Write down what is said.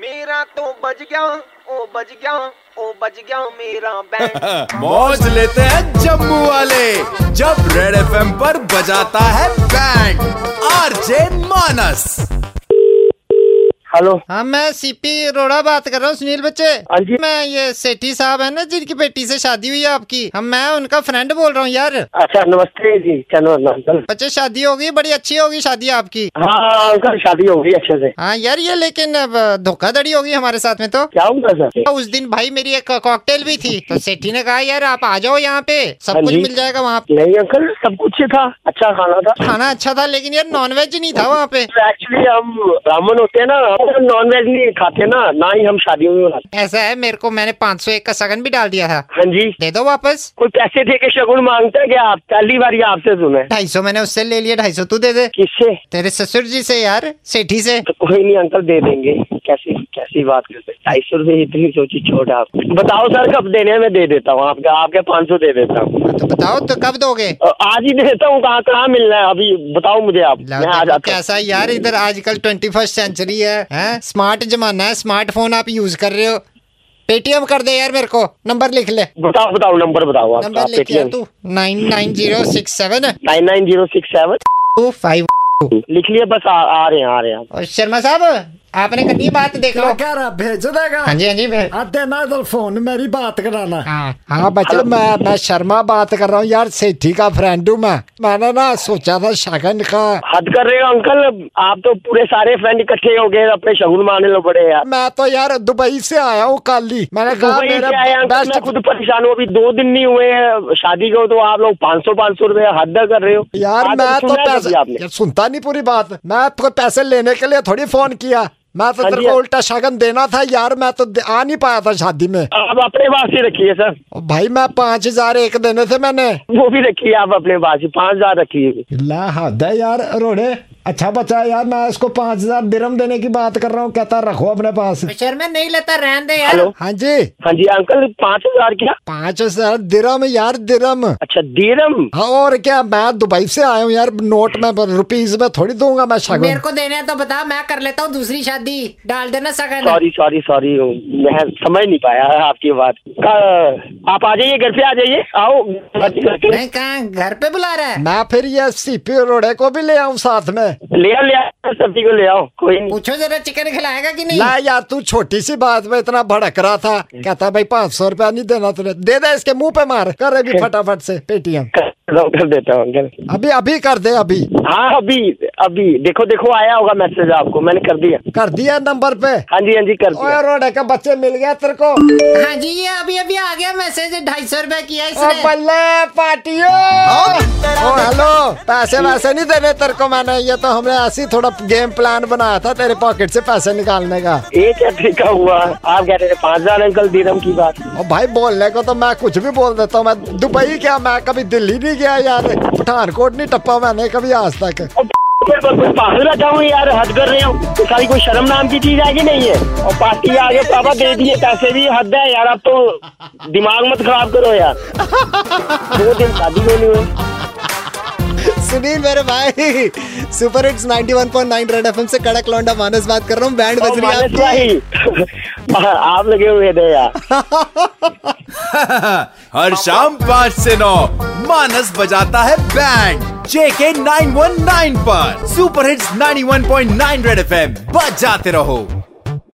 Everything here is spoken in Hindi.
मेरा तो बज गया ओ बज गया ओ बज गया मेरा बैंड मौज लेते हैं जम्मू वाले जब रेड एफएम पर बजाता है बैंड आरजे मानस हेलो हाँ मैं सीपी अरोड़ा बात कर रहा हूँ सुनील बच्चे हाँ जी। मैं ये सेठी साहब है ना जिनकी बेटी से शादी हुई है आपकी हम मैं उनका फ्रेंड बोल रहा हूँ यार अच्छा नमस्ते जी क्या नाम है अंकल बच्चे शादी होगी बड़ी अच्छी होगी शादी आपकी हाँ अंकल शादी हो गई अच्छे से हाँ यार ये लेकिन अब धोखाधड़ी होगी हमारे साथ में तो क्या हुआ सर उस दिन भाई मेरी एक कॉकटेल भी थी तो सेठी ने कहा यार आप आ जाओ यहाँ पे सब हाँ कुछ जी। मिल जाएगा वहाँ पे नहीं अंकल सब कुछ ही था अच्छा खाना था खाना अच्छा था लेकिन यार नॉनवेज नहीं था वहाँ पे एक्चुअली हम ब्राह्मण होते हैं ना हम नॉन वेज नहीं खाते ना ना ही हम शादियों में बनाते ऐसा है मेरे को मैंने 501 का सगन भी डाल दिया था हाँ जी दे दो वापस कोई पैसे दे के शगुन मांगता है क्या आप पहली बार ये आपसे सुना है ढाई सौ मैंने उससे ले लिया ढाई सौ तू दे दे किससे तेरे ससुर जी से यार सेठी से तो कोई नहीं अंकल दे देंगे कैसी कैसी बात करते हैं? ढाई सौ रुपये इतनी सोची छोड़ आप बताओ सर कब देने हैं? मैं दे देता हूँ आपके आपके पाँच सौ दे देता हूँ तो बताओ तो कब दोगे अ, आज ही देता हूँ कहाँ कहाँ मिलना है अभी बताओ मुझे आप लाओ मैं आज देखो आता हूँ। तो कैसा है यार इधर आजकल ट्वेंटी फर्स्ट सेंचुरी है हैं स्मार्ट जमाना है स्मार्टफोन आप यूज कर रहे हो पेटीएम कर दे यार मेरे को नंबर लिख ले बताओ बताओ नंबर बताओ आप नंबर लिख यार पेटीएम तू nine nine zero six seven nine nine zero six seven two five लिख लिए बस आ, आ रहे हैं आ रहे हैं आप और शर्मा साहब आपने कभी बात देख लो कह रहा भेज देगा हाँ जी हाँ जी मैं- आते ना इधर फोन मेरी बात कराना हाँ हाँ बच्चा मैं मैं शर्मा बात कर रहा हूँ यार सेठी का फ्रेंड हूँ मैं मैंने ना सोचा था शगन का हद कर रहे हो अंकल आप तो पूरे सारे फ्रेंड इकट्ठे हो गए अपने शगुन मारने लो बड़े यार मैं तो यार दुबई से आया हूँ कल ही मैंने हाँ, कहा दुबई से आए मेरे अंकल मैं बेस्ट खुद परेशान हूँ अभी दो दिन नहीं हुए हैं शादी को तो आप लोग पाँच सौ पाँच सौ रुपए हद कर रहे हो यार आज मैं तो सुना है कभी पैसे आपने यार सुनता नहीं पूरी बात मैं आपको पैसे लेने के लिए थोड़ी फोन किया मैं तो हाँ तेरे जी। को उल्टा शगन देना था यार मैं तो दे- आ नहीं पाया था शादी में आप अपने पास ही रखिए सर और भाई मैं पाँच हजार एक देने थे मैंने वो भी रखिए आप अपने पास ही पाँच हजार रखिए ला हद है यार रोड़े अच्छा बचा यार मैं इसको पाँच हजार दिरम देने की बात कर रहा हूँ कहता रखो अपने पास शर्मा नहीं लेता रहन दे यार हेलो हाँ जी हाँ जी अंकल पाँच हजार क्या पाँच हजार दिरम यार दिरम अच्छा दीरम हाँ और क्या मैं दुबई से आया हूँ यार नोट में रुपीज में थोड़ी दूंगा मैं शगुन को देने हैं तो बता मैं कर लेता हूँ दूसरी शादी डाल देना सगन सॉरी सॉरी सॉरी मैं समझ नहीं पाया आपकी बात का- आप आ जाइए घर पे आ जाइए आओ घर पे। नहीं कहा घर पे बुला रहा है मैं फिर ये सीपी रोड़े को भी ले आऊँ साथ में ले आओ ले आओ सब्जी को ले आओ कोई नहीं पूछो जरा चिकन खिलाएगा कि नहीं ला यार तू छोटी सी बात में इतना भड़क रहा था कहता भाई पाँच सौ रुपया नहीं देना तूने दे दे इसके मुंह पे मार कर अभी फटाफट से पेटीएम कर देता हूँ, कर देता हूँ अंकल अभी अभी कर दे अभी हाँ अभी अभी देखो देखो आया होगा मैसेज आपको मैंने कर दिया कर दिया नंबर पे हाँ जी हाँ जी कर ओए दिया रोड़े का बच्चे मिल गया तेरे को हाँ जी ये अभी अभी आ गया मैसेज ढाई सौ रुपए किया ओ बल्ले पार्टियो हाँ। ओ हेलो पैसे वैसे नहीं देने तेरे को मैंने ये तो हमने ऐसे ही थोड़ा गेम प्लान बनाया था तेरे पॉकेट से पैसे निकालने का ये क्या तरीका हुआ आप कह रहे थे पाँच हजार अंकल दीरम की बात और भाई बोलने को तो मैं कुछ भी बोल देता हूँ मैं दुबई क्या मैं कभी दिल्ली नहीं गया यार पठानकोट नहीं टप्पा मैंने कभी आज तक और मैं बस- बस पागल बैठा हूँ यार हद कर रहे हो तो सारी कोई शर्म नाम की चीज है कि नहीं है और पार्टी के आगे पापा दे दिए पैसे भी हद है यार अब तो दिमाग मत खराब करो यार दो दिन शादी में नहीं हुई सुनील मेरे भाई सुपर हिट्स 91.9 रेड एफएम से कड़क लौंडा मानस बात कर रहा हूँ बैंड बज और रही है मानस आपकी। भाई आप लगे हुए थे यार हर शाम पाँच से नौ मानस बजाता है बैंड जेके 919 पर सुपर हिट्स 91.9 रेड एफएम बजाते रहो